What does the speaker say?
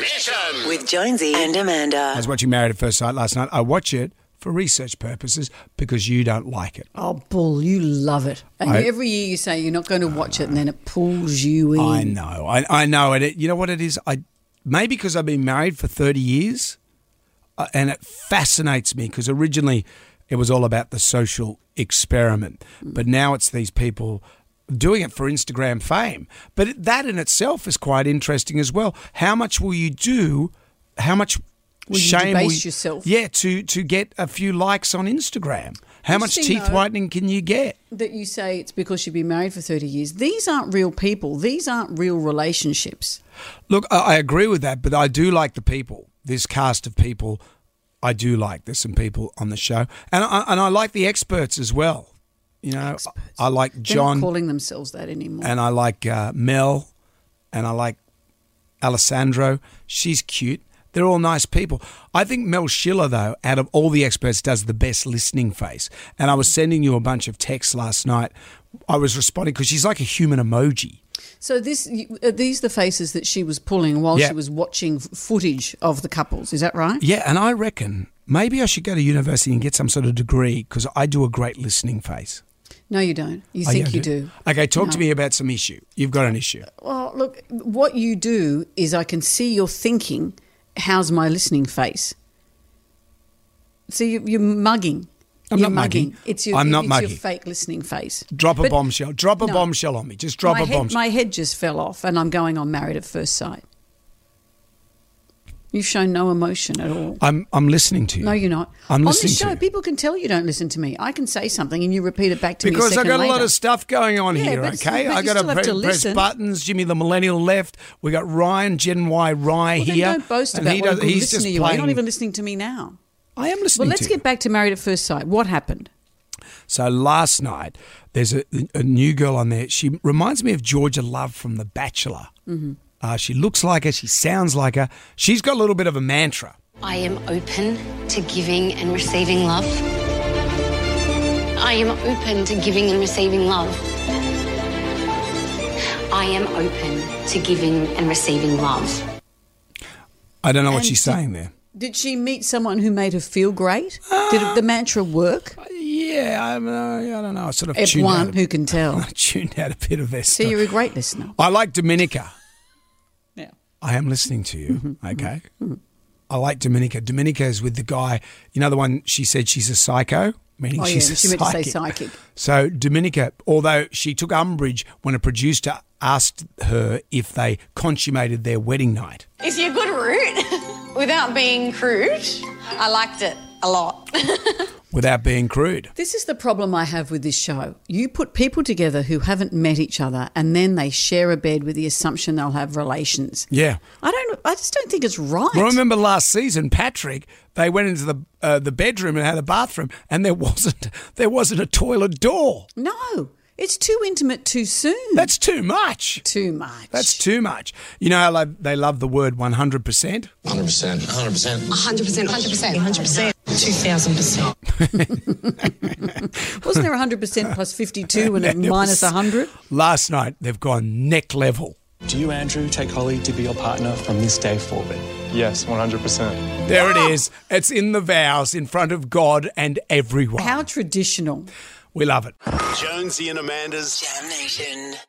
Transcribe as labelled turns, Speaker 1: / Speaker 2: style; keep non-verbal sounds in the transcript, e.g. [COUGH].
Speaker 1: Mission.
Speaker 2: With Jonesy and Amanda.
Speaker 3: I was watching Married at First Sight last night. I watch it for research purposes because you don't like it.
Speaker 4: Oh, bull, you love it. And
Speaker 3: I-
Speaker 4: you- every year you say you're not going to watch it, and then it pulls you in.
Speaker 3: I know. I, I know. And it, you know what it is? I Maybe because I've been married for 30 years uh, and it fascinates me because originally it was all about the social experiment. But now it's these people doing it for Instagram fame. But it- that in itself is quite interesting as well. How much will you do? How much.
Speaker 4: Will you
Speaker 3: shame will
Speaker 4: debase yourself?
Speaker 3: Yeah, to to get a few likes on Instagram. How
Speaker 4: You
Speaker 3: much
Speaker 4: see,
Speaker 3: teeth
Speaker 4: though-
Speaker 3: whitening can you get?
Speaker 4: That you say it's because you've been married for 30 years. These aren't real people, these aren't real relationships.
Speaker 3: Look, I, I agree with that, but I do like the people. This cast of people, I do like. There's some people on the show, and I, and I like the experts as well. You know, I like
Speaker 4: They're
Speaker 3: John,
Speaker 4: not calling themselves that anymore.
Speaker 3: and I like uh, Mel, and I like Alessandro. She's cute. They're all nice people. I think Mel Schiller, though, out of all the experts, does the best listening face. And I was sending you a bunch of texts last night. I was responding because she's like a human emoji.
Speaker 4: so this you- are these the faces that she was pulling while
Speaker 3: Yeah.
Speaker 4: she was watching f- footage of the couples. Is that right?
Speaker 3: Yeah, and I reckon maybe I should go to university and get some sort of degree because I do a great listening face.
Speaker 4: No, you don't. You
Speaker 3: Oh,
Speaker 4: think
Speaker 3: yeah, I
Speaker 4: you do.
Speaker 3: Okay, talk to
Speaker 4: No.
Speaker 3: me about some issue. You've got an issue.
Speaker 4: Well, look, what you do is I can see you're thinking, how's my listening face? So you, you're mugging.
Speaker 3: I'm
Speaker 4: you're
Speaker 3: not mugging.
Speaker 4: It's your,
Speaker 3: I'm not
Speaker 4: it's
Speaker 3: mugging.
Speaker 4: your fake listening face.
Speaker 3: Drop a
Speaker 4: But
Speaker 3: bombshell. Drop a
Speaker 4: no.
Speaker 3: bombshell on me. Just drop
Speaker 4: my
Speaker 3: a
Speaker 4: head,
Speaker 3: bombshell.
Speaker 4: My head just fell off and I'm going on Married at First Sight. You've shown no emotion at all.
Speaker 3: I'm I'm listening to you.
Speaker 4: No, you're not.
Speaker 3: I'm
Speaker 4: on
Speaker 3: listening
Speaker 4: this show,
Speaker 3: to you.
Speaker 4: people can tell you don't listen to me. I can say something and you repeat it back to me.
Speaker 3: because
Speaker 4: a
Speaker 3: I've
Speaker 4: second
Speaker 3: got a lot
Speaker 4: later.
Speaker 3: of stuff going on
Speaker 4: Yeah,
Speaker 3: here,
Speaker 4: but-
Speaker 3: okay?
Speaker 4: but
Speaker 3: I
Speaker 4: you
Speaker 3: got
Speaker 4: still have to
Speaker 3: press
Speaker 4: listen.
Speaker 3: buttons. Jimmy the Millennial left. We got Ryan, Gen Y, Rye
Speaker 4: Well, then
Speaker 3: here.
Speaker 4: don't boast
Speaker 3: and
Speaker 4: about
Speaker 3: he
Speaker 4: what a
Speaker 3: does-
Speaker 4: good
Speaker 3: he's
Speaker 4: listener
Speaker 3: just
Speaker 4: you are. You're not
Speaker 3: playing-
Speaker 4: even listening to me now.
Speaker 3: I am listening
Speaker 4: Well, let's
Speaker 3: to you.
Speaker 4: get back to Married at First Sight. What happened?
Speaker 3: So last night, there's a, a new girl on there. She reminds me of Georgia Love from The Bachelor. Mm-hmm. Uh, she looks like her. She sounds like her. She's got a little bit of a mantra.
Speaker 5: I am open to giving and receiving love. I am open to giving and receiving love. I am open to giving and receiving love.
Speaker 3: I don't know what
Speaker 4: And
Speaker 3: she's
Speaker 4: did-
Speaker 3: saying there.
Speaker 4: Did she meet someone who made her feel great? Did the mantra work?
Speaker 3: Yeah, I, don't know. I don't know. I sort of
Speaker 4: At
Speaker 3: tuned
Speaker 4: one,
Speaker 3: out.
Speaker 4: who can
Speaker 3: [LAUGHS] I
Speaker 4: [LAUGHS] tell?
Speaker 3: tuned out a bit of this.
Speaker 4: So
Speaker 3: stuff.
Speaker 4: you're a great listener.
Speaker 3: I like Dominica.
Speaker 4: Yeah. Mm-hmm.
Speaker 3: I am listening to you. Okay. I like Dominica. Dominica is with the guy. You know the one she said she's a psycho, meaning
Speaker 4: Oh,
Speaker 3: she's
Speaker 4: yeah,
Speaker 3: a
Speaker 4: she meant to say psychic.
Speaker 3: So Dominica, although she took umbrage when a producer asked her if they consummated their wedding night.
Speaker 6: Is he a good root? [LAUGHS] Without being crude, I liked it a lot.
Speaker 3: Without being crude,
Speaker 4: This is the problem I have with this show. You put people together who haven't met each other and then they share a bed with the assumption they'll have relations.
Speaker 3: yeah.
Speaker 4: I don't I just don't think it's right.
Speaker 3: Well, I remember last season, Patrick. They went into the uh, the bedroom and had a bathroom, and there [LAUGHS] wasn't there wasn't a toilet door.
Speaker 4: no. It's too intimate too soon.
Speaker 3: That's too much.
Speaker 4: too much.
Speaker 3: That's too much. You know how like, they love the word one hundred percent. [LAUGHS]
Speaker 7: 100%. 100%.
Speaker 5: 100%, 100%, 100%.
Speaker 8: 2000%.
Speaker 4: Wasn't there 100% plus [LAUGHS] 52 and a
Speaker 3: Yeah, it
Speaker 4: minus
Speaker 3: was-
Speaker 4: 100?
Speaker 3: Last night they've gone neck level.
Speaker 9: Do you, Andrew, take Holly to be your partner from this day forward? Yes, 100%.
Speaker 3: There it is. It's in the vows in front of God and
Speaker 4: Oh.
Speaker 3: everyone.
Speaker 4: How traditional.
Speaker 3: we love it.
Speaker 1: Jonesy and Amanda's
Speaker 2: Jam Nation.